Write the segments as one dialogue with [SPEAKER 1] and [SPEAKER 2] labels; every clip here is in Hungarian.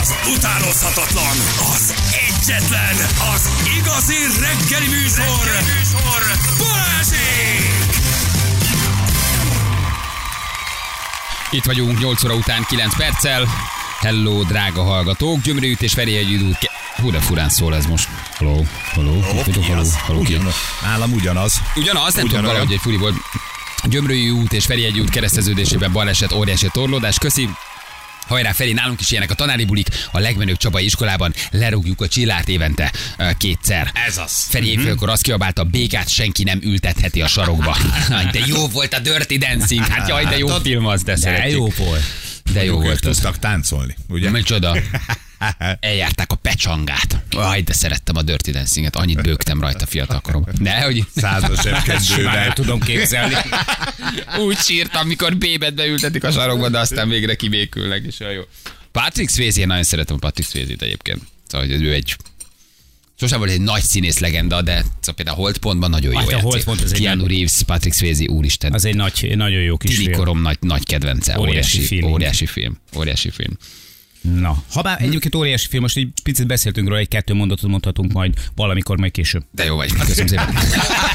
[SPEAKER 1] az utánozhatatlan, az egyetlen, az igazi reggeli műsor, reggeli műsor. Balázsék!
[SPEAKER 2] Itt vagyunk 8 óra után 9 perccel. Hello, drága hallgatók! Gyömrőjüt és Ferihegyi út. Ke- Hú, de furán szól ez most. Hello, hello, hello,
[SPEAKER 3] Ki
[SPEAKER 2] hello, hello,
[SPEAKER 3] az?
[SPEAKER 2] hello ki?
[SPEAKER 3] Ugyanaz. Nálam ugyanaz.
[SPEAKER 2] Ugyanaz, nem tudom,
[SPEAKER 3] Ugyanolyan.
[SPEAKER 2] valahogy egy furi volt. Gyömrői út és Ferihegyi út kereszteződésében baleset, óriási torlódás. Köszi, Hajrá felé, nálunk is ilyenek a tanári bulik, a legmenőbb Csabai iskolában lerúgjuk a csillát évente ö, kétszer.
[SPEAKER 3] Ez az.
[SPEAKER 2] Feri évfélkor azt kiabálta, békát senki nem ültetheti a sarokba. de jó volt a Dirty Dancing, hát jaj, de jó film az, de,
[SPEAKER 4] De
[SPEAKER 2] szeretjük.
[SPEAKER 4] jó volt.
[SPEAKER 2] De jó
[SPEAKER 3] Ők
[SPEAKER 2] volt az.
[SPEAKER 3] tudtak táncolni, ugye?
[SPEAKER 2] Micsoda? Eljárták a pecsangát. Aj, de szerettem a Dirty Dancing-et, annyit bőgtem rajta fiatalkoromban. Ne, hogy
[SPEAKER 3] Százas
[SPEAKER 4] Simán
[SPEAKER 3] zsebkendővel.
[SPEAKER 4] el tudom képzelni.
[SPEAKER 2] úgy sírtam, mikor bébet beültetik a sarokba, de aztán végre kivékülnek, és olyan jó. Patrick Swayze, én nagyon szeretem a Patrick Swayze-t egyébként. Szóval, hogy ő egy Sosem volt egy nagy színész legenda, de szóval például a Holdpontban nagyon jó
[SPEAKER 4] Hát a
[SPEAKER 2] játszik.
[SPEAKER 4] Holdpont az egy
[SPEAKER 2] Keanu
[SPEAKER 4] nagy-
[SPEAKER 2] Reeves, Patrick Swayze, úristen.
[SPEAKER 4] Az egy nagy, nagyon jó kis
[SPEAKER 2] Tini
[SPEAKER 4] film.
[SPEAKER 2] korom nagy, nagy kedvence.
[SPEAKER 4] Óriási
[SPEAKER 2] Óriási,
[SPEAKER 4] film.
[SPEAKER 2] óriási film. Óriási film.
[SPEAKER 4] Na, ha bár egyébként óriási film, most egy picit beszéltünk róla, egy-kettő mondatot mondhatunk majd valamikor, majd később.
[SPEAKER 2] De jó vagy. Köszönöm szépen.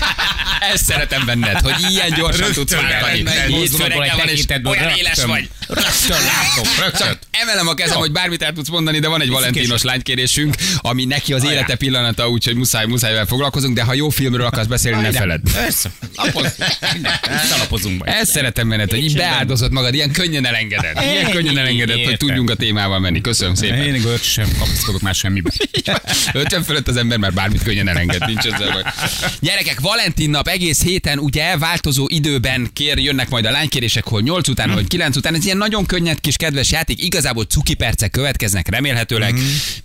[SPEAKER 2] Ezt szeretem benned, hogy ilyen gyorsan
[SPEAKER 3] Rögtön
[SPEAKER 2] tudsz váltani.
[SPEAKER 3] elment,
[SPEAKER 2] Hétfő reggel van, és olyan éles vagy.
[SPEAKER 4] Rögtön látom.
[SPEAKER 2] Csak emelem a kezem, hogy bármit el tudsz mondani, de van egy Valentinos lánykérésünk, ami neki az élete pillanata, úgyhogy muszáj, muszájvel foglalkozunk, de ha jó filmről akarsz beszélni, ne feled.
[SPEAKER 4] Persze. Lapoz. Lapozunk majd.
[SPEAKER 2] Ezt szeretem benned, hogy így beáldozott magad, ilyen könnyen elengedett. Ilyen könnyen elengedett, hogy
[SPEAKER 4] Értem.
[SPEAKER 2] tudjunk a témával menni. Köszönöm szépen.
[SPEAKER 4] Én igaz, sem kapaszkodok már semmibe.
[SPEAKER 2] 50 fölött az ember már bármit könnyen elenged, nincs ezzel baj. Gyerekek, Valentin nap egész héten ugye változó időben kér, jönnek majd a lánykérések, hol 8 után, hol 9 után. Ez ilyen nagyon könnyed kis kedves játék, igazából cuki percek következnek remélhetőleg.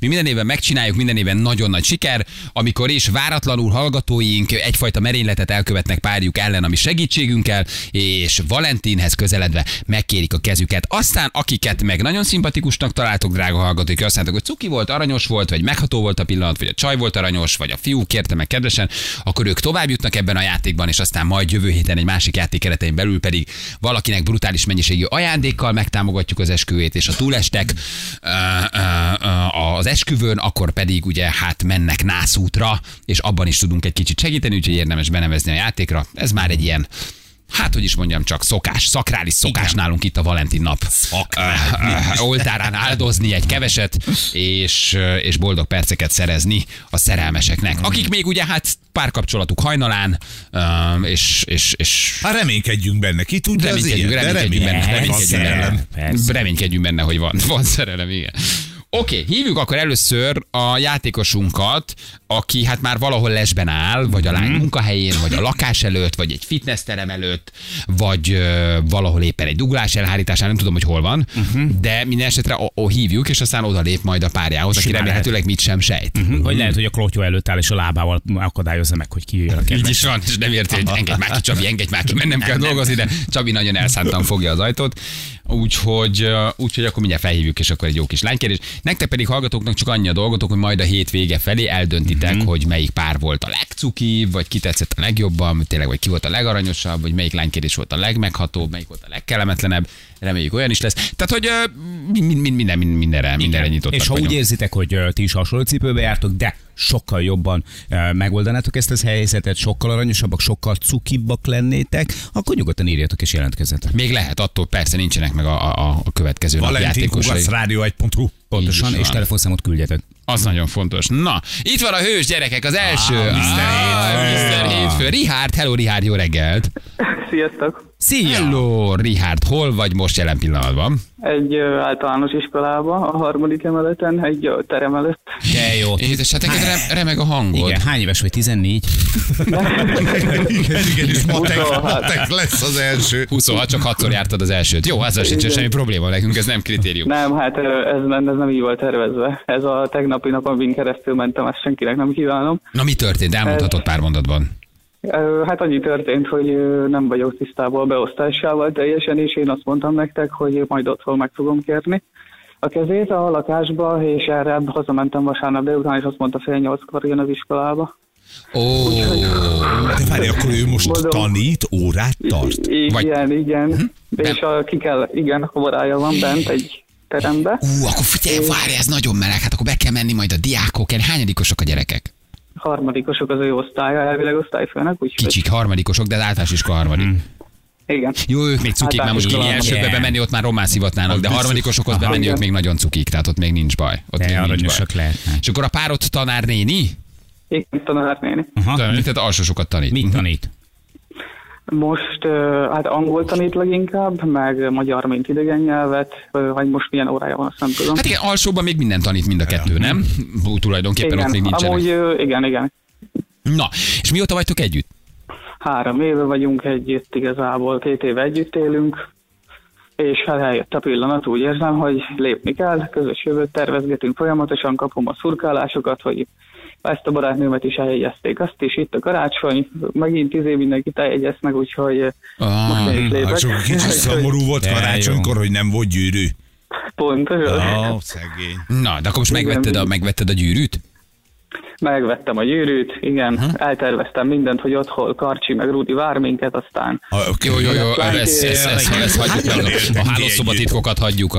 [SPEAKER 2] Mi minden évben megcsináljuk, minden évben nagyon nagy siker, amikor is váratlanul hallgatóink egyfajta merényletet elkövetnek párjuk ellen, ami segítségünkkel, és Valentinhez közeledve megkérik a kezüket. Aztán akiket meg nagyon szimpatikusnak találtok, drága hallgatók, azt mondtátok, hogy cuki volt, aranyos volt, vagy megható volt a pillanat, vagy a csaj volt aranyos, vagy a fiú kérte meg kedvesen, akkor ők tovább jutnak ebben a játékban, és aztán majd jövő héten egy másik játék keretein belül pedig valakinek brutális mennyiségű ajándékkal megtámogatjuk az esküvét, és a túlestek ö, ö, ö, az esküvőn, akkor pedig ugye hát mennek nászútra, és abban is tudunk egy kicsit segíteni, úgyhogy érdemes benevezni a játékra. Ez már egy ilyen Hát, hogy is mondjam, csak szokás, szakrális szokás Igen. nálunk itt a Valentin nap. Ö, ö, Oltárán áldozni egy keveset, és, ö, és boldog perceket szerezni a szerelmeseknek. Akik még ugye hát párkapcsolatuk hajnalán, ö, és, és, és
[SPEAKER 3] Hát reménykedjünk benne. Ki tudja az
[SPEAKER 2] reménykedjünk,
[SPEAKER 3] ilyet? De
[SPEAKER 2] reménykedjünk benne,
[SPEAKER 3] reménykedjünk. Van
[SPEAKER 2] reménykedjünk
[SPEAKER 3] szerelem.
[SPEAKER 2] benne,
[SPEAKER 4] Persze.
[SPEAKER 2] reménykedjünk benne, hogy van, van szerelem, igen. Oké, okay, hívjuk akkor először a játékosunkat, aki hát már valahol lesben áll, vagy a lány munkahelyén, vagy a lakás előtt, vagy egy fitnessterem előtt, vagy ö, valahol éppen egy duglás elhárításnál, nem tudom, hogy hol van, uh-huh. de minden esetre o- o- hívjuk, és aztán oda lép majd a párjához, aki
[SPEAKER 4] Simán
[SPEAKER 2] remélhetőleg mit sem sejt. Uh-huh.
[SPEAKER 4] Vagy lehet, hogy a klotyó előtt áll, és a lábával akadályozza meg, hogy kijöjjön a kedves.
[SPEAKER 2] Így is van, és nem érti, hogy engedj már ki, Csabi, engedj már ki, mennem kell dolgozni, de Csabi nagyon elszántan fogja az ajtót. Úgyhogy, ö, úgyhogy akkor mindjárt felhívjuk, és akkor egy jó kis lánykérés. Nektek pedig hallgatóknak csak annyi a dolgotok, hogy majd a hét vége felé eldöntitek,
[SPEAKER 4] Mhm.
[SPEAKER 2] mm-hmm. hogy melyik pár volt a legcukibb, vagy ki tetszett a legjobban, tényleg, vagy ki volt a legaranyosabb, vagy melyik lánykérés volt a legmeghatóbb, melyik volt a legkellemetlenebb. Reméljük olyan is lesz. Tehát, hogy ö, min- min- minden, minden, mindenre, mindenre nyitottak
[SPEAKER 4] És ha úgy
[SPEAKER 2] vagyunk.
[SPEAKER 4] érzitek, hogy ö, ti is hasonló cipőbe jártok, de sokkal jobban ö, megoldanátok ezt a helyzetet, sokkal aranyosabbak, sokkal cukibbak lennétek, akkor nyugodtan írjatok és jelentkezzetek.
[SPEAKER 2] Még lehet, attól persze nincsenek meg a, a, a következő nap
[SPEAKER 3] Valentin
[SPEAKER 2] játékosai.
[SPEAKER 3] Kugac, rádió 1.hu.
[SPEAKER 4] Pontosan,
[SPEAKER 2] van.
[SPEAKER 4] és telefonszámot küldjetek.
[SPEAKER 2] Az nagyon fontos. Na, itt van a hős gyerekek, az első. Ah, Mr. Hétfő. Richard, hello Richard, jó reggelt.
[SPEAKER 5] Sziasztok!
[SPEAKER 2] Szia. Hello Richard, hol vagy most jelen pillanatban?
[SPEAKER 5] Egy ö, általános iskolába, a harmadik emeleten, egy ö, terem előtt.
[SPEAKER 4] De jó.
[SPEAKER 2] Édes, hát neked rem, remeg a hangod.
[SPEAKER 4] Igen, hány éves vagy? 14?
[SPEAKER 3] Igen, igen, és matek,
[SPEAKER 5] 26.
[SPEAKER 2] Hát
[SPEAKER 3] matek lesz az első.
[SPEAKER 2] 26, hát csak 6 jártad az elsőt. Jó, azzal sincsen
[SPEAKER 5] Igen.
[SPEAKER 2] semmi probléma nekünk, ez nem kritérium.
[SPEAKER 5] Nem, hát ö, ez, nem- ez nem így volt tervezve. Ez a tegnapi napon amin keresztül mentem, ezt senkinek nem kívánom.
[SPEAKER 2] Na mi történt? Elmondhatod pár mondatban.
[SPEAKER 5] Ö, Hát annyi történt, hogy ö, nem vagyok tisztában a beosztásával teljesen, és én azt mondtam nektek, hogy majd otthon meg fogom kérni a kezét a lakásba, és erre hazamentem vasárnap délután, és azt mondta fél nyolckor jön az iskolába.
[SPEAKER 2] Ó,
[SPEAKER 3] De várj, akkor ő most
[SPEAKER 5] Mondom.
[SPEAKER 3] tanít, órát tart.
[SPEAKER 5] Igen,
[SPEAKER 2] Vagy- Mhm.
[SPEAKER 5] igen. És a, ki kell, igen, a koborája van bent egy terembe.
[SPEAKER 2] Ú, akkor figyelj, várj, ez nagyon meleg, hát akkor be kell menni majd a diákok elé. Hányadikosok a gyerekek?
[SPEAKER 5] Harmadikosok az ő osztálya, elvileg osztályfőnek, úgyhogy
[SPEAKER 2] Kicsik, harmadikosok, de az általános iska harmadik.
[SPEAKER 5] igen.
[SPEAKER 2] Jó, ők még cukik,
[SPEAKER 5] Hát,
[SPEAKER 2] mert most
[SPEAKER 5] hát,
[SPEAKER 2] így
[SPEAKER 5] talán-
[SPEAKER 2] elsőbe bemenni, ott már román szivatnának, de harmadikosokhoz bemenni, ők még nagyon cukik, tehát ott még nincs baj. Ott
[SPEAKER 4] De
[SPEAKER 2] még nincs baj.
[SPEAKER 4] aranyosak lehetnek.
[SPEAKER 2] És akkor a párod tanárnéni?
[SPEAKER 5] Igen, tanárnéni.
[SPEAKER 4] Aha.
[SPEAKER 2] Tanít, Tehát alsósokat tanít.
[SPEAKER 4] Mit tanít?
[SPEAKER 5] Most ö, hát angol tanít leginkább, meg magyar, mint idegen nyelvet, ö, vagy most milyen órája van, azt nem tudom.
[SPEAKER 2] Hát igen, alsóban még mindent tanít mind a kettő, nem? Ú, Tulajdonképpen ott még
[SPEAKER 5] igen,
[SPEAKER 2] nincsenek.
[SPEAKER 5] amúgy ö, igen, igen.
[SPEAKER 2] Na, és mióta vagytok együtt?
[SPEAKER 5] Három éve vagyunk együtt igazából, két éve együtt élünk, és hát eljött a pillanat, úgy érzem, hogy lépni kell, közös jövőt tervezgetünk folyamatosan, kapom a szurkálásokat, hogy ezt a barátnőmet is eljegyezték, azt is, itt a karácsony, megint izé mindenkit eljegyez meg, úgyhogy eh,
[SPEAKER 2] Ah,
[SPEAKER 5] most én is lépek.
[SPEAKER 3] Hát csak kicsit szomorú volt
[SPEAKER 4] De jó.
[SPEAKER 3] karácsonykor, hogy nem volt gyűrű.
[SPEAKER 5] Pontosan.
[SPEAKER 3] Ó, szegény.
[SPEAKER 2] Na, de akkor most megvetted a, megvetted a gyűrűt?
[SPEAKER 5] Megvettem a gyűrűt, igen,
[SPEAKER 3] Mhm.
[SPEAKER 5] elterveztem mindent, hogy ott hol Karcsi meg Rudi vár minket, aztán
[SPEAKER 3] A-
[SPEAKER 2] Jó, jó, jó,
[SPEAKER 5] Látni-
[SPEAKER 2] ezt, ezt, ezt, ezt hagyjuk el. A hálószobatitkokat hagyjuk. A...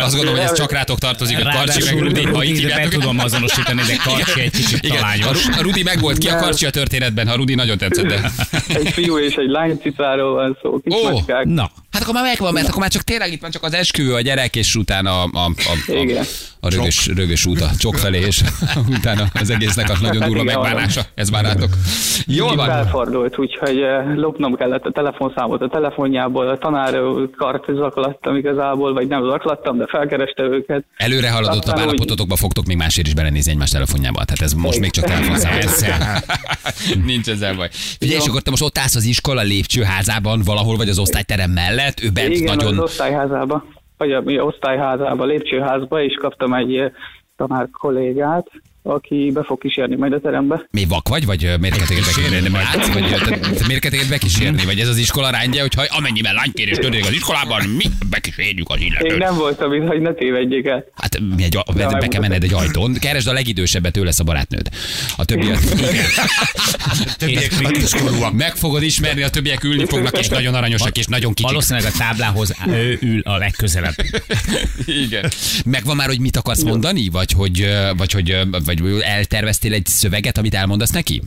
[SPEAKER 2] Azt gondolom, hogy ez csak rátok tartozik, hogy Karcsi meg Rudi, ha így
[SPEAKER 4] de be
[SPEAKER 2] hívjátok.
[SPEAKER 4] tudom azonosítani, de Karcsi egy kicsit
[SPEAKER 2] Igen, a
[SPEAKER 4] talányos.
[SPEAKER 2] Ru- a Rudi meg volt ki a
[SPEAKER 5] De-
[SPEAKER 2] Karcsi a történetben, ha Rudi nagyon tetszett, de...
[SPEAKER 5] egy fiú és egy lány cicáról van szó, kis
[SPEAKER 2] Ó,
[SPEAKER 5] oh, macskák.
[SPEAKER 4] Na,
[SPEAKER 2] Hát akkor már megvan, mert akkor már csak tényleg itt van csak az esküvő, a gyerek, és utána a, a, a, a,
[SPEAKER 5] Igen.
[SPEAKER 2] a rögös, rögös út a csok felé, és utána az egésznek a nagyon durva
[SPEAKER 5] Igen,
[SPEAKER 2] megválása. Ez már rátok. Jól
[SPEAKER 5] Így
[SPEAKER 2] van.
[SPEAKER 5] Felfordult, úgyhogy eh, lopnom kellett a telefonszámot a telefonjából, a tanár kart zaklattam igazából, vagy nem zaklattam, de felkereste őket.
[SPEAKER 2] Előre haladott a
[SPEAKER 5] Aztán úgy-
[SPEAKER 2] állapototokba, fogtok még másért is belenézni egymás telefonjába. Tehát ez most még csak telefonszámolás. Nincs ezzel baj. Figyelj, és akkor te most ott állsz az iskola lépcsőházában valahol, vagy az osztályterem mellett, ő bent
[SPEAKER 5] Igen, az
[SPEAKER 2] nagyon...
[SPEAKER 5] osztályházába, vagy a, mi osztályházába, lépcsőházba, és kaptam egy eh, tanár kollégát, aki be fog kísérni majd a terembe.
[SPEAKER 2] Mi vak vagy, vagy ö, miért kell téged bekísérni? Látsz, vagy ö, te, te miért kell téged bekísérni? Vagy ez az iskola rándja, hogy ha amennyiben lánykérés történik az iskolában, mi bekísérjük az
[SPEAKER 5] Én
[SPEAKER 2] illetőt.
[SPEAKER 5] nem voltam itt, hogy ne tévedjék el.
[SPEAKER 2] Hát mi egy, be, be kell menned egy ajtón, keresd a legidősebbet, ő lesz a barátnőd. A többiek...
[SPEAKER 3] Többiek még
[SPEAKER 4] Hát
[SPEAKER 3] kiskorúak.
[SPEAKER 2] Meg fogod ismerni, a többiek ülni fognak, és nagyon aranyosak, és nagyon kicsik.
[SPEAKER 4] valószínűleg a táblához ő ül a legközelebb.
[SPEAKER 2] Igen. Megvan már, hogy mit akarsz mondani? Vagy hogy, ö, vagy, hogy ö, vagy elterveztél egy szöveget, amit elmondasz neki?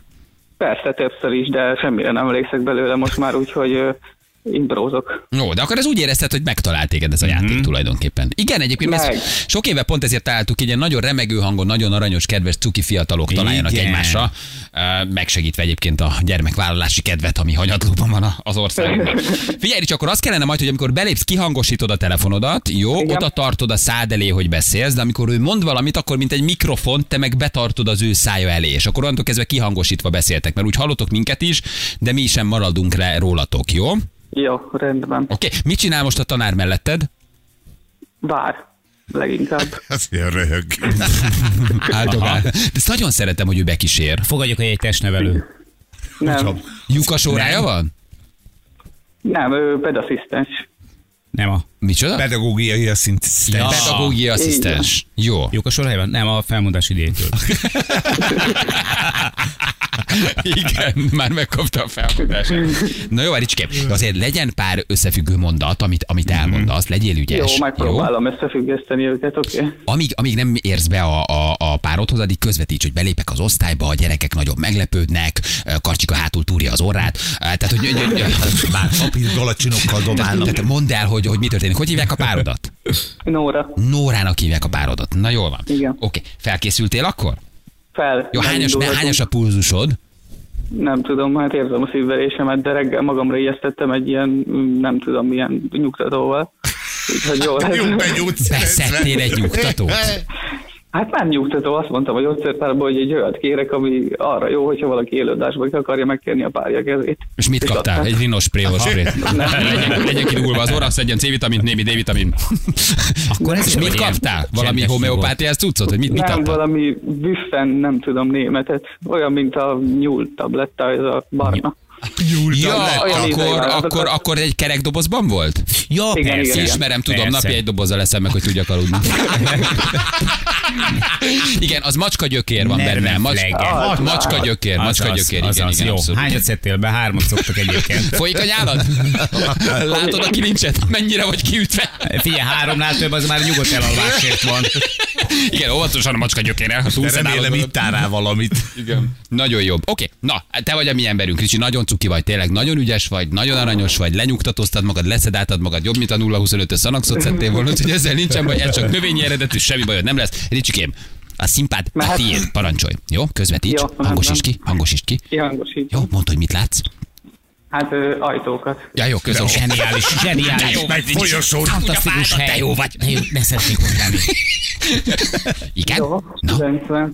[SPEAKER 5] Persze, többször is, de semmire nem emlékszek belőle most már, úgyhogy eh, ö, imbrózok.
[SPEAKER 2] Jó, de akkor ez úgy érezted, hogy megtalált téged ez a játék tulajdonképpen. Igen, egyébként
[SPEAKER 5] Mhm. Meg.
[SPEAKER 2] mert ezt sok éve pont ezért találtuk így egy nagyon remegő hangon, nagyon aranyos, kedves cuki fiatalok találjanak
[SPEAKER 4] Igen.
[SPEAKER 2] egymásra, Ö, megsegítve egyébként a gyermekvállalási kedvet, ami hanyatlóban van a- az országban. Figyelj, csak akkor azt kellene majd, hogy amikor belépsz, kihangosítod a telefonodat, jó,
[SPEAKER 5] Igen.
[SPEAKER 2] oda tartod a szád elé, hogy beszélsz, de amikor ő mond valamit, akkor mint egy mikrofon, te meg betartod az ő szája elé, és akkor onnantól kezdve kihangosítva beszéltek, mert úgy hallotok minket is, de mi sem maradunk le rólatok, jó?
[SPEAKER 5] Jó, rendben.
[SPEAKER 2] Oké, okay. mit csinál most a tanár melletted?
[SPEAKER 5] Vár, leginkább.
[SPEAKER 3] Ez ilyen röhög.
[SPEAKER 2] Áldogál. De ezt nagyon szeretem, hogy ő bekísér.
[SPEAKER 4] Fogadjuk, hogy egy testnevelő.
[SPEAKER 5] Nem,
[SPEAKER 2] Lyukas órája van?
[SPEAKER 5] nem, ő pedasszisztens.
[SPEAKER 4] Nem a
[SPEAKER 2] Micsoda?
[SPEAKER 3] Pedagógiai a szint.
[SPEAKER 2] Ja. Pedagógiai asszisztens. Jó.
[SPEAKER 4] Jók a sorhelyben? Nem, a felmondás idejétől.
[SPEAKER 2] Igen, már megkapta a felfogását. Na jó, Ricském, azért legyen pár összefüggő mondat, amit, amit
[SPEAKER 3] Mhm.
[SPEAKER 2] elmondasz, legyél
[SPEAKER 5] Jó,
[SPEAKER 2] ügyes.
[SPEAKER 5] megpróbálom összefüggeszteni őket, oké? Okay?
[SPEAKER 2] Amíg, amíg nem érsz be a, a, a párodhoz, addig közvetíts, hogy belépek az osztályba, a gyerekek nagyon meglepődnek, Karcsika hátul túrja az orrát. Tehát, hogy... hogy, hogy,
[SPEAKER 3] Már papír galacsinokkal dobálnak.
[SPEAKER 2] tehát mondd el, hogy, hogy mi történik. Hogy hívják a párodat?
[SPEAKER 5] Nóra,
[SPEAKER 2] Nórának hívják a párodat. Na jól van.
[SPEAKER 5] Igen.
[SPEAKER 2] Oké, felkészültél akkor?
[SPEAKER 5] fel.
[SPEAKER 2] Jó,
[SPEAKER 5] nem
[SPEAKER 2] hányas, ne,
[SPEAKER 5] indulhatunk.
[SPEAKER 2] hányas a pulzusod?
[SPEAKER 5] Nem tudom, hát érzem a szívverésemet, de reggel magamra ijesztettem egy ilyen, mm, nem tudom, milyen nyugtatóval. Úgyhogy jó
[SPEAKER 3] Jó,
[SPEAKER 5] lesz.
[SPEAKER 3] begyújtsz.
[SPEAKER 2] Beszedtél egy nyugtatót?
[SPEAKER 5] Hát nem nyugtató, azt mondtam a gyógyszertárban, hogy egy olyat kérek, ami arra jó, hogyha valaki élődásba ki akarja megkérni a párja kezét. hát
[SPEAKER 2] És mit kaptál? Egy rinospray orvosprét. Legyen, legyen kidulva az orra, szedjen C-vitamint, némi D-vitamin.
[SPEAKER 4] Akkor ez
[SPEAKER 2] És
[SPEAKER 4] sem
[SPEAKER 2] mit
[SPEAKER 4] egy ilyen
[SPEAKER 2] kaptál? Valami
[SPEAKER 4] csendes
[SPEAKER 2] homeopátiás cuccot? Hogy mit, mit
[SPEAKER 5] nem,
[SPEAKER 2] kaptál?
[SPEAKER 5] valami büffen, nem tudom, németet. Olyan, mint a nyúl tabletta, ez a barna.
[SPEAKER 2] Ja,
[SPEAKER 3] lett
[SPEAKER 5] olyan ízei
[SPEAKER 2] akkor,
[SPEAKER 5] választottak.
[SPEAKER 2] akkor, akkor egy kerekdobozban volt?
[SPEAKER 4] Ja,
[SPEAKER 5] Igen,
[SPEAKER 4] persze.
[SPEAKER 5] igen, igen.
[SPEAKER 2] Ismerem, tudom,
[SPEAKER 4] Persze.
[SPEAKER 2] napi egy dobozzal leszem meg, hogy tudjak aludni. igen, az macska gyökér van
[SPEAKER 4] Nerve
[SPEAKER 2] benne. Macs...
[SPEAKER 4] flegen.
[SPEAKER 2] Ah, macska gyökér,
[SPEAKER 4] Azaz,
[SPEAKER 2] macska gyökér, igen,
[SPEAKER 4] azaz,
[SPEAKER 2] igen,
[SPEAKER 4] jó.
[SPEAKER 2] abszolút.
[SPEAKER 4] Hányat szedtél be? Hármat szoktak egyébként.
[SPEAKER 2] Folyik a nyálad? Látod a kilincset? Mennyire vagy kiütve?
[SPEAKER 4] Figyelj, háromnál több, az már nyugodt elalvásért van.
[SPEAKER 2] Igen, óvatosan a macska gyökére.
[SPEAKER 3] De remélem itt rá valamit.
[SPEAKER 2] Igen. Nagyon jobb. Oké, na, te vagy a mi emberünk, Ricsi, nagyon cuki vagy, tényleg nagyon ügyes vagy, nagyon aranyos vagy, lenyugtatoztad magad, leszedáltad magad, jobb, mint a 0-25-ös szanaxot szedtél volna, úgyhogy ezzel nincsen baj, ez csak növényi eredetű, semmi bajod nem lesz. Ricsikém, a színpád a
[SPEAKER 5] Mehet?
[SPEAKER 2] tiéd, parancsolj. Jó, közvetíts,
[SPEAKER 5] Jó,
[SPEAKER 2] hangosíts
[SPEAKER 5] rendben.
[SPEAKER 2] ki, hangosíts ki.
[SPEAKER 5] Kihangosítjuk.
[SPEAKER 2] Jó, mondd, hogy mit látsz.
[SPEAKER 5] Hát ö, ajtókat.
[SPEAKER 2] Ja, jó, közöm.
[SPEAKER 4] Zseniális, zseniális.
[SPEAKER 3] Meg folyosón.
[SPEAKER 4] Fantasztikus hely. Jó vagy. Ne, ne szeretnék ott lenni.
[SPEAKER 2] Igen?
[SPEAKER 5] Jó,
[SPEAKER 2] Na,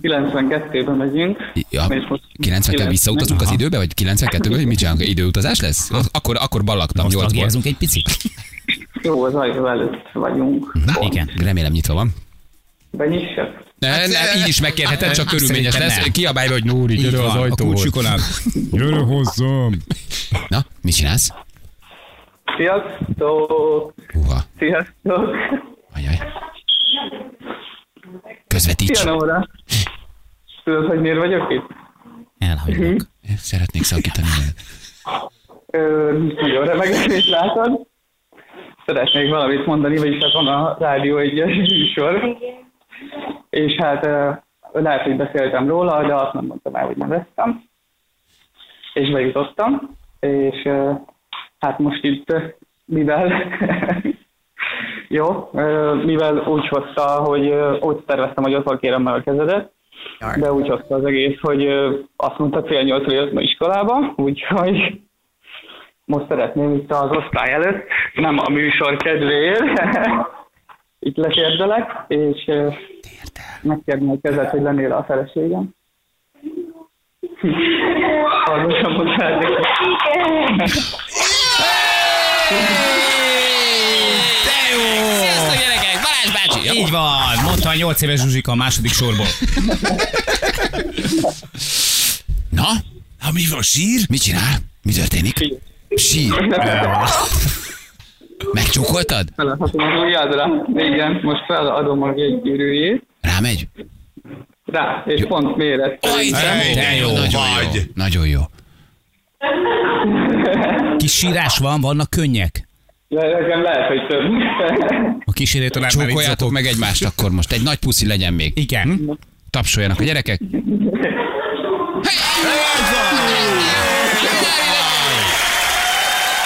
[SPEAKER 5] 90, 92-ben megyünk.
[SPEAKER 2] Ja,
[SPEAKER 5] És most
[SPEAKER 2] 90-kel
[SPEAKER 5] 90.
[SPEAKER 2] visszautazunk az időbe, vagy 92-ből, hogy mit csinálunk? Időutazás lesz? Akkor, akkor ballaktam
[SPEAKER 4] Most
[SPEAKER 2] 8-ból.
[SPEAKER 4] tagjázunk egy picit.
[SPEAKER 5] Jó, az ajtó előtt vagyunk.
[SPEAKER 2] Hm.
[SPEAKER 4] Igen.
[SPEAKER 2] Remélem nyitva van.
[SPEAKER 5] Benyissek?
[SPEAKER 2] Ne, ne, így is megkérheted, csak körülményes
[SPEAKER 4] szerintem
[SPEAKER 2] lesz.
[SPEAKER 4] nem.
[SPEAKER 2] Kiabálj, be, hogy Nóri,
[SPEAKER 4] Így
[SPEAKER 2] gyere az
[SPEAKER 4] van, a
[SPEAKER 2] ajtóhoz.
[SPEAKER 4] kulcsukon át. Gyere hozzám.
[SPEAKER 2] Na, mit csinálsz?
[SPEAKER 5] Sziasztok!
[SPEAKER 2] Húha,
[SPEAKER 5] Sziasztok!
[SPEAKER 2] ajaj. Közvetíts.
[SPEAKER 5] Szia, Nóra! Tudod, hogy miért vagyok itt?
[SPEAKER 4] Elhagylak.
[SPEAKER 2] Szeretnék szakítani. veled.
[SPEAKER 5] Ö, nagyon remegek, látod. Szeretnék valamit mondani, vagyis hát van a Rádió egy műsor. És hát ö, lehet, hogy beszéltem róla, de azt nem mondtam el, hogy nem vettem. És bejutottam, és ö, hát most itt, ö, mivel jó, ö, mivel úgy hozta, hogy ö, úgy terveztem, hogy ott kérem meg a kezedet, de úgy hozta az egész, hogy ö, azt mondta fél nyolcra jött ma iskolába, úgyhogy most szeretném itt az osztály előtt, nem a műsor kedvéért, itt letérdelek, és ö, megkérni a kezed, hogy lennél a feleségem. Hallgatom, hogy szeretnék.
[SPEAKER 4] De jó!
[SPEAKER 2] Sziasztok, gyerekek! Balázs bácsi! Ja,
[SPEAKER 4] Így van, mondta a 8 éves Zsuzsika a második sorból.
[SPEAKER 2] Na,
[SPEAKER 3] Ha mi van, sír?
[SPEAKER 2] mit csinál? Mi történik? Sír. Megcsókoltad?
[SPEAKER 5] Feladhatom az ujjadra. Igen, most feladom a jegygyűrűjét.
[SPEAKER 2] Rámegy?
[SPEAKER 5] Rá, és pont méret.
[SPEAKER 2] Aj,
[SPEAKER 3] Ej, de jó
[SPEAKER 2] nagyon jó.
[SPEAKER 3] vagy.
[SPEAKER 2] Nagyon jó.
[SPEAKER 4] Kis sírás van, vannak könnyek.
[SPEAKER 5] Le- Nekem lehet, hogy több.
[SPEAKER 4] A kísérő talán már itt
[SPEAKER 2] Csókoljátok
[SPEAKER 4] zokog.
[SPEAKER 2] meg egymást akkor most. Egy nagy puszi legyen még.
[SPEAKER 4] Igen.
[SPEAKER 2] Tapsoljanak a gyerekek.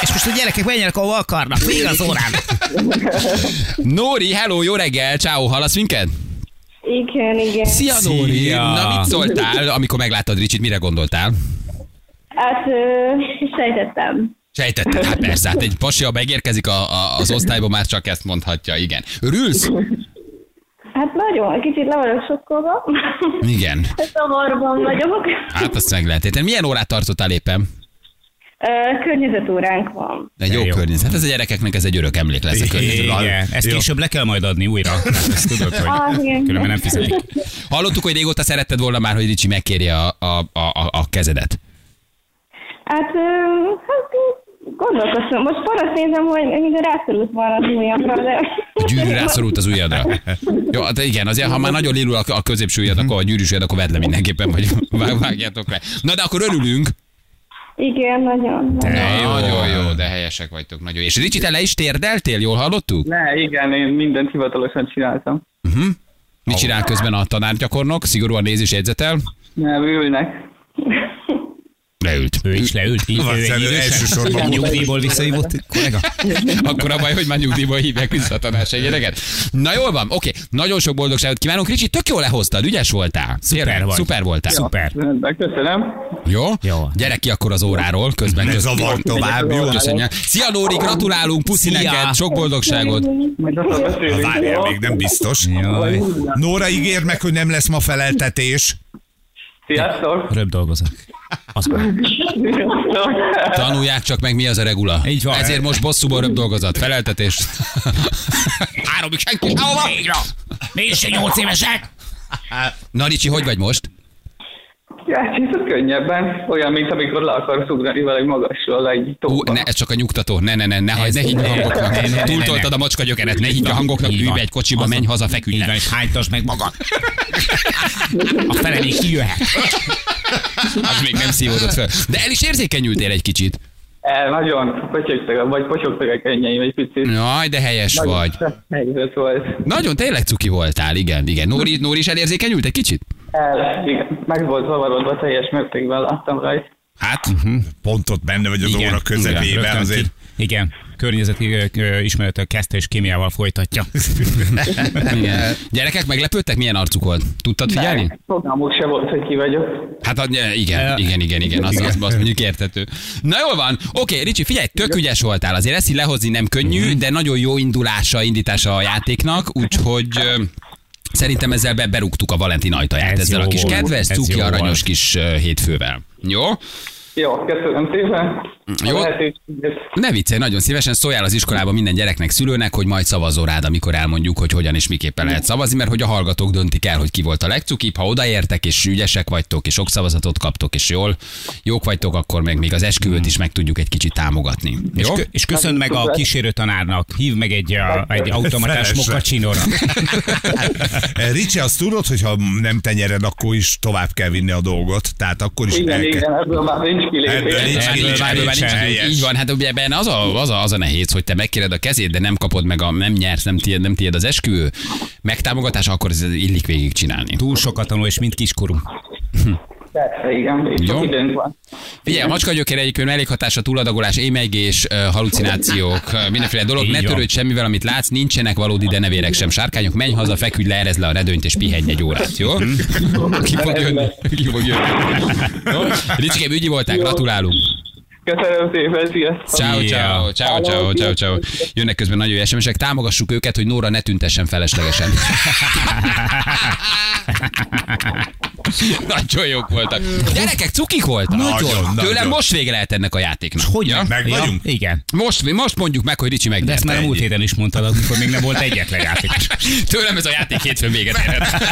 [SPEAKER 4] És most a gyerekek menjenek, ahol akarnak. Még az órán.
[SPEAKER 2] Nóri, hello, jó reggel, ciao, hallasz minket?
[SPEAKER 6] Igen, igen.
[SPEAKER 2] Szia,
[SPEAKER 4] Szia!
[SPEAKER 2] Nóri! Na, mit szóltál, amikor megláttad Ricsit, mire gondoltál?
[SPEAKER 6] Hát ö, sejtettem.
[SPEAKER 2] Sejtetted, hát persze, hát egy pasi, ha megérkezik a, a, az osztályba, már csak ezt mondhatja, igen. Örülsz?
[SPEAKER 6] Hát nagyon, kicsit le vagyok sokkolva.
[SPEAKER 2] Igen.
[SPEAKER 6] Szavarban vagyok.
[SPEAKER 2] Hát azt meg lehet érteni. Milyen órát tartottál éppen?
[SPEAKER 6] Ö, környezetóránk van.
[SPEAKER 2] Egy jó,
[SPEAKER 4] jó.
[SPEAKER 2] környezet. Hát ez a gyerekeknek ez egy örök emlék lesz a környezet.
[SPEAKER 4] Igen, ezt
[SPEAKER 3] Jó.
[SPEAKER 4] később le kell majd adni újra. Ezt tudod,
[SPEAKER 6] Ah,
[SPEAKER 4] hogy
[SPEAKER 6] igen.
[SPEAKER 4] különben nem fizetik.
[SPEAKER 2] Hallottuk, hogy régóta szeretted volna már, hogy Ricsi megkérje a, a, a, a- a kezedet.
[SPEAKER 6] Hát, ö, hát gondolkoztam. Most paraszt nézem, hogy mintha rászorult van az ujjamra, de...
[SPEAKER 2] A gyűrű rászorult az ujjadra. Jó, de igen, azért, ha már nagyon lélül a, a középső ujjad, akkor a gyűrűs ujjad, akkor vedd le mindenképpen, vagy vág- vágjátok le. Na, de akkor örülünk.
[SPEAKER 6] Igen, nagyon.
[SPEAKER 2] Na, jó. Nagyon jó, de helyesek vagytok. Nagyon jó. És Ricsi, te le is térdeltél, jól hallottuk?
[SPEAKER 5] Ne, igen, én mindent hivatalosan csináltam.
[SPEAKER 2] Mit csinál közben a tanárgyakornok? Szigorúan néz és jegyzetel?
[SPEAKER 5] Nem, ülnek.
[SPEAKER 2] Leült.
[SPEAKER 4] Ő is leült. Így, ő
[SPEAKER 3] Van,
[SPEAKER 4] egy
[SPEAKER 3] szerintem
[SPEAKER 4] idősebb?
[SPEAKER 3] elsősorban-
[SPEAKER 4] Nyugdíjból visszahívott kollega.
[SPEAKER 2] Akkor a baj, hogy már nyugdíjba hívják vissza a tanársegyedeget. Na jól van, oké. Nagyon sok boldogságot kívánunk. Ricsi, tök jól lehoztad, ügyes voltál.
[SPEAKER 4] Szuper
[SPEAKER 2] Tényleg,
[SPEAKER 4] vagy.
[SPEAKER 2] Szuper voltál.
[SPEAKER 4] Szuper.
[SPEAKER 5] Rendben, köszönöm.
[SPEAKER 2] Jó?
[SPEAKER 4] Jó.
[SPEAKER 2] Gyere ki akkor az óráról, közben
[SPEAKER 3] Ne
[SPEAKER 2] közben.
[SPEAKER 3] zavar tovább, jó?
[SPEAKER 2] Köszönjük. Szia Nóri, gratulálunk, puszi
[SPEAKER 4] Szia.
[SPEAKER 2] neked, sok boldogságot.
[SPEAKER 5] Majd azon beszélünk.
[SPEAKER 3] Várjál,
[SPEAKER 5] jó?
[SPEAKER 3] még nem biztos.
[SPEAKER 4] Jaj.
[SPEAKER 3] Nóra ígér meg, hogy nem lesz ma feleltetés.
[SPEAKER 5] Sziasztok!
[SPEAKER 4] Röbb dolgozok. Az már.
[SPEAKER 5] Sziasztok!
[SPEAKER 2] Tanulják csak meg, mi az a regula.
[SPEAKER 4] Így van.
[SPEAKER 2] Ezért most bosszúból röbb dolgozat, feleltetés. Háromig senki sem hova.
[SPEAKER 4] Így van. Mi is egy nyolc évesek?
[SPEAKER 2] Na Ricsi, hogy vagy most?
[SPEAKER 5] Hát ez könnyebben, olyan, mint amikor le akarsz ugrani vele egy magasról egy
[SPEAKER 2] Ú,
[SPEAKER 5] tóba.
[SPEAKER 2] ne, ez csak a nyugtató. Ne, ne, ne, ne, hagyd, ne higgy a
[SPEAKER 4] Ne, ne, ne,
[SPEAKER 2] hangoknak.
[SPEAKER 4] ne,
[SPEAKER 2] Túltoltad
[SPEAKER 4] ne.
[SPEAKER 2] a macska gyökeret, ne higgy a hangoknak,
[SPEAKER 4] Így
[SPEAKER 2] ülj
[SPEAKER 4] van.
[SPEAKER 2] be egy kocsiba, menj haza, feküdj
[SPEAKER 4] Így van,
[SPEAKER 2] le.
[SPEAKER 4] és hánytasd meg magad. A fele még kijöhet.
[SPEAKER 2] Az még nem szívódott fel. De el is érzékenyültél egy kicsit.
[SPEAKER 5] El, E, nagyon potyogtak, a- vagy potyogtak a kennyeim egy picit.
[SPEAKER 2] Jaj, de helyes
[SPEAKER 5] Nagyon
[SPEAKER 2] Hm, vagy.
[SPEAKER 5] Helyzet volt.
[SPEAKER 2] Nagyon tényleg cuki voltál, igen, igen. Nóri, Nóri is elérzékenyült egy kicsit?
[SPEAKER 5] El, E, igen, meg volt zavarodva, teljes mértékben láttam rajta.
[SPEAKER 2] Hát,
[SPEAKER 3] Uh-huh. Pont ott benne vagy az óra
[SPEAKER 4] igen,
[SPEAKER 3] közepében
[SPEAKER 4] rögtön
[SPEAKER 3] azért.
[SPEAKER 4] ki. Igen, környezeti ö, ö, ismeretek kezdte és kémiával folytatja.
[SPEAKER 2] igen. Gyerekek meglepődtek, milyen arcuk volt? Tudtad figyelni?
[SPEAKER 5] E, Fogalmuk se volt, hogy ki vagyok.
[SPEAKER 2] Hát a- igen,
[SPEAKER 4] E.
[SPEAKER 2] igen, igen, igen, igen, azt, azt, azt mondjuk értető. Na jól van, oké, Ricsi, figyelj, tök ügyes voltál, azért ezt így lehozni nem
[SPEAKER 4] Mhm.
[SPEAKER 2] könnyű, de nagyon jó indulása, indítása a játéknak, úgyhogy ö, Szerintem ezzel be, berúgtuk a Valentin ajtaját,
[SPEAKER 4] Ez
[SPEAKER 2] ezzel a
[SPEAKER 4] jó
[SPEAKER 2] kis
[SPEAKER 4] volt,
[SPEAKER 2] kedves,
[SPEAKER 4] ez
[SPEAKER 2] cuki
[SPEAKER 4] jó
[SPEAKER 2] aranyos
[SPEAKER 4] volt.
[SPEAKER 2] kis ö, hétfővel. Jó?
[SPEAKER 5] Jó, köszönöm szépen.
[SPEAKER 2] Jó.
[SPEAKER 5] A lehetőséget.
[SPEAKER 2] Ne viccelj, nagyon szívesen szóljál az iskolában minden gyereknek, szülőnek, hogy majd szavazol rád, amikor elmondjuk, hogy hogyan és miképpen lehet szavazni, mert hogy a hallgatók döntik el, hogy ki volt a legcukibb, ha odaértek és ügyesek vagytok, és sok szavazatot kaptok, és jól jók vagytok, akkor meg még az esküvőt is meg tudjuk egy kicsit támogatni.
[SPEAKER 4] És,
[SPEAKER 2] Jó?
[SPEAKER 4] kö- és köszönd meg a kísérő tanárnak, hív meg egy, a, egy automatás
[SPEAKER 3] Felesre.
[SPEAKER 4] mokacsinóra.
[SPEAKER 3] Ricsi, azt tudod, hogy ha nem tenyered, akkor is tovább kell vinni a dolgot. Tehát akkor is
[SPEAKER 5] Igen,
[SPEAKER 3] el kell-
[SPEAKER 5] igen, ebből már nincs
[SPEAKER 3] Ebből
[SPEAKER 5] kilépés.
[SPEAKER 3] nincs.
[SPEAKER 2] Ebből
[SPEAKER 3] így, így,
[SPEAKER 2] már- ebből már
[SPEAKER 3] így,
[SPEAKER 2] nincs-
[SPEAKER 3] helyes.
[SPEAKER 2] Így van, hát ugye ebben az a, az, a, az a nehéz, hogy te megkéred a kezét, de nem kapod meg, a, nem nyersz, nem tiéd, nem tiéd az esküvő. Megtámogatás, akkor ez illik végig csinálni.
[SPEAKER 4] Túl sokat tanul, és mind kiskorú.
[SPEAKER 5] Persze, igen, és
[SPEAKER 2] Jó.
[SPEAKER 5] sok időnk van.
[SPEAKER 2] Figyelj, a macskagyökér egyikön mellékhatása, túladagolás, émegés, ö, halucinációk, ö, mindenféle dolog.
[SPEAKER 4] Így
[SPEAKER 2] Ne
[SPEAKER 4] van.
[SPEAKER 2] törődj semmivel, amit látsz, nincsenek valódi denevérek sem sárkányok. Menj haza, feküdj le, erezd le a redőnyt és pihenj egy órát, jó?
[SPEAKER 4] Mhm.
[SPEAKER 2] Ki fog jönni? Ki fog jönni? Jó? Ricsikém, ügyi voltál, gratulálunk.
[SPEAKER 5] Köszönöm szépen, sziasztok.
[SPEAKER 2] Ciao, ciao, ciao, ciao, ciao, ciao. Jönnek közben nagyon jó SMS-ek. Támogassuk őket, hogy Nóra ne tüntessen feleslegesen. nagyon jók voltak. Gyerekek, cukik voltak.
[SPEAKER 3] Nagyon, nagyon.
[SPEAKER 2] Tőlem most vége lehet ennek a játéknak.
[SPEAKER 4] Hogyan?
[SPEAKER 3] Meg vagyunk? Hát
[SPEAKER 4] Igen.
[SPEAKER 2] Most, most mondjuk meg, hogy Ricsi
[SPEAKER 4] De ezt
[SPEAKER 2] megnyerte.
[SPEAKER 4] már a múlt héten is mondtad, amikor még nem volt egyetlen játékos.
[SPEAKER 2] Tőlem ez a játék hétfőn véget érhet.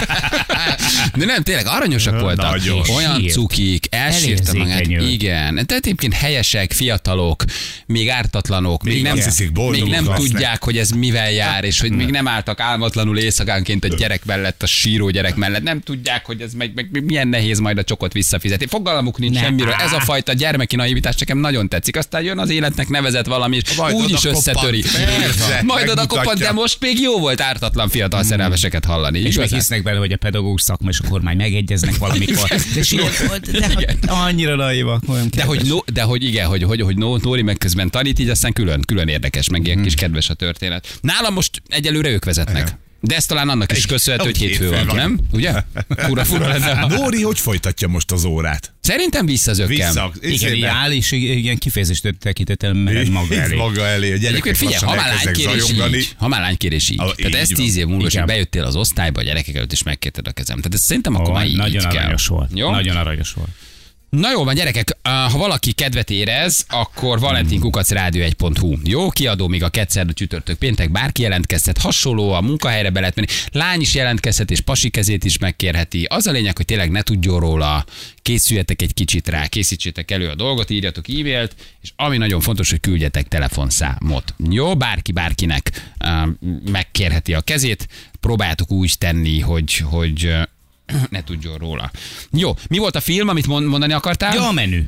[SPEAKER 2] De nem, tényleg aranyosak voltak.
[SPEAKER 3] Nagyon.
[SPEAKER 2] Olyan
[SPEAKER 4] Sírt.
[SPEAKER 2] cukik, elsírta magát.
[SPEAKER 4] Elérzékenyül.
[SPEAKER 2] Igen. Tehát egyébként helyesek, fiatalok, még ártatlanok, még,
[SPEAKER 3] Még
[SPEAKER 2] nem,
[SPEAKER 3] azt hiszik, boldogok
[SPEAKER 2] még nem
[SPEAKER 3] lesznek.
[SPEAKER 2] tudják, hogy ez mivel jár, és hogy még nem álltak álmatlanul éjszakánként egy gyerek mellett, a síró gyerek mellett. Nem tudják, hogy ez meg, meg milyen nehéz majd a csokot visszafizetni. Fogalmuk nincs
[SPEAKER 4] Ne.
[SPEAKER 2] semmiről. Ez a fajta gyermeki naivitás nekem nagyon tetszik. Aztán jön az életnek nevezett valami, és
[SPEAKER 3] Majd
[SPEAKER 2] úgy is
[SPEAKER 3] oda
[SPEAKER 2] összetöri.
[SPEAKER 3] koppant. Persze,
[SPEAKER 2] Majd oda koppant, de
[SPEAKER 3] megmutatja.
[SPEAKER 2] most még jó volt ártatlan fiatal
[SPEAKER 3] Hmm.
[SPEAKER 2] szerelmeseket hallani.
[SPEAKER 4] És még
[SPEAKER 2] Igazán.
[SPEAKER 4] hisznek benne, hogy a pedagógus szakma és a kormány megegyeznek valamikor. De siet volt, de
[SPEAKER 2] Igen.
[SPEAKER 4] hát annyira naivak. olyan
[SPEAKER 2] de hogy, no, de hogy igen, hogy, hogy, hogy no, Nóri meg közben tanít, így aztán külön, külön érdekes, meg
[SPEAKER 3] Hmm.
[SPEAKER 2] ilyen kis kedves a történet. Nálam most egyelőre ők vezetnek. De ez talán annak is köszönhető, hogy
[SPEAKER 3] oké,
[SPEAKER 2] hétfő
[SPEAKER 3] fő
[SPEAKER 2] van,
[SPEAKER 3] van.
[SPEAKER 2] nem? Ugye? Fura, fura lenne. ha-
[SPEAKER 3] Nóri, hogy folytatja most az órát?
[SPEAKER 2] Szerintem visszazökkem.
[SPEAKER 3] Vissza.
[SPEAKER 4] Igen, így áll, és ilyen kifejezést tekintetem mered maga elé.
[SPEAKER 3] Maga elé. A gyerekek
[SPEAKER 2] Egyébként figyelj,
[SPEAKER 3] lassan
[SPEAKER 2] ha már
[SPEAKER 3] elkezdek
[SPEAKER 2] lánykérés
[SPEAKER 3] zajongani.
[SPEAKER 2] így, ha már lánykérés így.
[SPEAKER 3] Ah,
[SPEAKER 2] Tehát
[SPEAKER 3] így
[SPEAKER 2] ez
[SPEAKER 3] van.
[SPEAKER 2] tíz év múlva, és
[SPEAKER 4] Igen.
[SPEAKER 2] bejöttél az osztályba, a gyerekek előtt is megkérted a kezem. Tehát ez szerintem akkor
[SPEAKER 4] Ó,
[SPEAKER 2] már így
[SPEAKER 4] nagyon
[SPEAKER 2] kell.
[SPEAKER 4] aranyos volt.
[SPEAKER 2] Jó?
[SPEAKER 4] Nagyon aranyos volt.
[SPEAKER 2] Na jó van, gyerekek, ah, ha valaki kedvet érez, akkor Valentin Kukac Rádió 1.hu. Jó, kiadó még a kettszerda csütörtök péntek, bárki jelentkezhet, hasonló, a munkahelyre be lehet menni. Lány is jelentkezhet, és pasi kezét is megkérheti. Az a lényeg, hogy tényleg ne tudjon róla, készüljetek egy kicsit rá, készítsétek elő a dolgot, írjatok e-mailt, és ami nagyon fontos, hogy küldjetek telefonszámot. Jó, bárki bárkinek ah, megkérheti a kezét, próbáljátok úgy tenni, hogy, hogy ah, ne tudjon róla. Jó, mi volt a film, amit mond- mondani akartál?
[SPEAKER 4] Ja, a menü.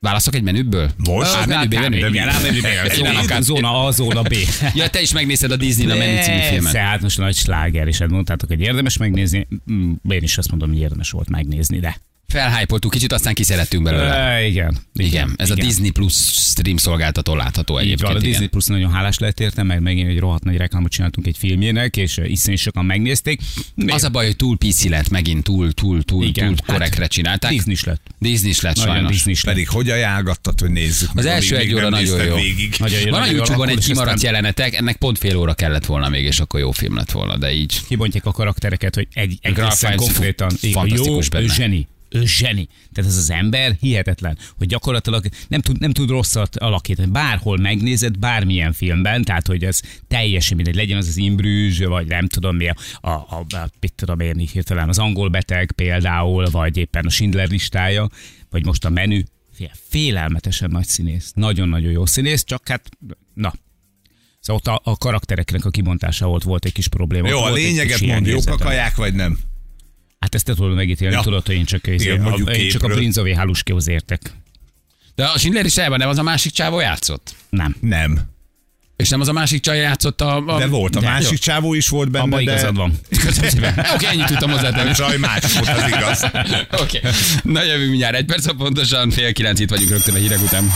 [SPEAKER 2] Válaszok egy menüből?
[SPEAKER 3] Most?
[SPEAKER 2] Á, menüből,
[SPEAKER 4] Kb.
[SPEAKER 2] menüből.
[SPEAKER 4] Igen, rámenübe. Zóna, zóna A, zóna B.
[SPEAKER 2] Ja, te is megnézed a Disney a menü című
[SPEAKER 4] Persze,
[SPEAKER 2] filmet.
[SPEAKER 4] hát most nagy sláger, és hát mondtátok, hogy érdemes megnézni. Mm, Én is azt mondom, hogy érdemes volt megnézni, de...
[SPEAKER 2] Felhájpoltuk kicsit, aztán kiszerettünk belőle.
[SPEAKER 4] Ö, igen.
[SPEAKER 2] Igen, ez a
[SPEAKER 4] igen.
[SPEAKER 2] Disney Plus stream szolgáltató látható
[SPEAKER 4] Így van, a
[SPEAKER 2] egyébként.
[SPEAKER 4] Disney
[SPEAKER 2] igen.
[SPEAKER 4] Plus nagyon hálás lett érte, meg megint egy rohadt nagy reklámot csináltunk egy filmjének, és ö, iszonyú sokan megnézték.
[SPEAKER 2] Az a baj, hogy túl PC lett megint, túl, túl, túl,
[SPEAKER 4] Igen,
[SPEAKER 2] túl
[SPEAKER 4] hát
[SPEAKER 2] korrekre csinálták.
[SPEAKER 4] Disney is lett.
[SPEAKER 2] Disney is lett
[SPEAKER 4] Nagyon
[SPEAKER 2] sajnos.
[SPEAKER 4] Disney is lett.
[SPEAKER 3] Pedig hogy ajánlgattat, hogy nézzük.
[SPEAKER 2] Az
[SPEAKER 3] meg,
[SPEAKER 2] első
[SPEAKER 3] amíg
[SPEAKER 2] egy
[SPEAKER 3] még
[SPEAKER 2] óra
[SPEAKER 3] nem
[SPEAKER 2] nagyon
[SPEAKER 3] nézted
[SPEAKER 2] jó.
[SPEAKER 3] Végig.
[SPEAKER 4] Nagyon jó.
[SPEAKER 2] Van a
[SPEAKER 4] nagyon jó
[SPEAKER 2] YouTube-on
[SPEAKER 4] alakul,
[SPEAKER 2] egy
[SPEAKER 4] és aztán
[SPEAKER 2] kimaradt jelenetek, ennek pont fél óra kellett volna még, és akkor jó film lett volna, de így.
[SPEAKER 4] Kibontják a karaktereket, hogy egy egészen
[SPEAKER 2] Grafice
[SPEAKER 4] konkrétan
[SPEAKER 2] fantasztikus
[SPEAKER 4] jó,
[SPEAKER 2] benne.
[SPEAKER 4] ő zseni. ő zseni. Tehát ez az ember hihetetlen, hogy gyakorlatilag nem tud, nem tud rosszat alakítani. Bárhol megnézed, bármilyen filmben, tehát hogy ez teljesen mindegy, legyen az az imbrűzs, vagy nem tudom mi, a, a, a, a mit tudom én, hirtelen az angol beteg például, vagy éppen a Schindler listája, vagy most a menü, Fél- félelmetesen nagy színész, nagyon-nagyon jó színész, csak hát, na, Szóval ott a, a karaktereknek a kibontása volt, volt egy kis probléma.
[SPEAKER 3] Jó,
[SPEAKER 4] Ott
[SPEAKER 3] a
[SPEAKER 4] volt egy
[SPEAKER 3] lényeget
[SPEAKER 4] kis
[SPEAKER 3] mond, jók a
[SPEAKER 4] hiányérzetem.
[SPEAKER 3] kaják, vagy nem?
[SPEAKER 4] Hát ezt te tudod megítélni,
[SPEAKER 3] Ja.
[SPEAKER 4] ja. tudod, hogy én csak,
[SPEAKER 3] Igen,
[SPEAKER 4] Igen, a,
[SPEAKER 3] mondjuk
[SPEAKER 4] én csak a
[SPEAKER 3] képről.
[SPEAKER 4] Brinzové háluskéhoz értek.
[SPEAKER 2] De a Schindler is elben nem az a másik csávó játszott.
[SPEAKER 4] Nem.
[SPEAKER 3] Nem.
[SPEAKER 2] És nem az a másik csaj játszott a... a...
[SPEAKER 3] De volt, a
[SPEAKER 2] De,
[SPEAKER 3] másik
[SPEAKER 2] jó.
[SPEAKER 3] csávó is volt benne,
[SPEAKER 4] Abban
[SPEAKER 3] de...
[SPEAKER 4] igazad van.
[SPEAKER 2] Köszönöm szépen. Oké, ennyit tudtam hozzátenni.
[SPEAKER 3] Csaj más volt, az igaz.
[SPEAKER 2] Oké. Na jövünk mindjárt egy perc, pontosan fél kilenc itt vagyunk rögtön a hírek után.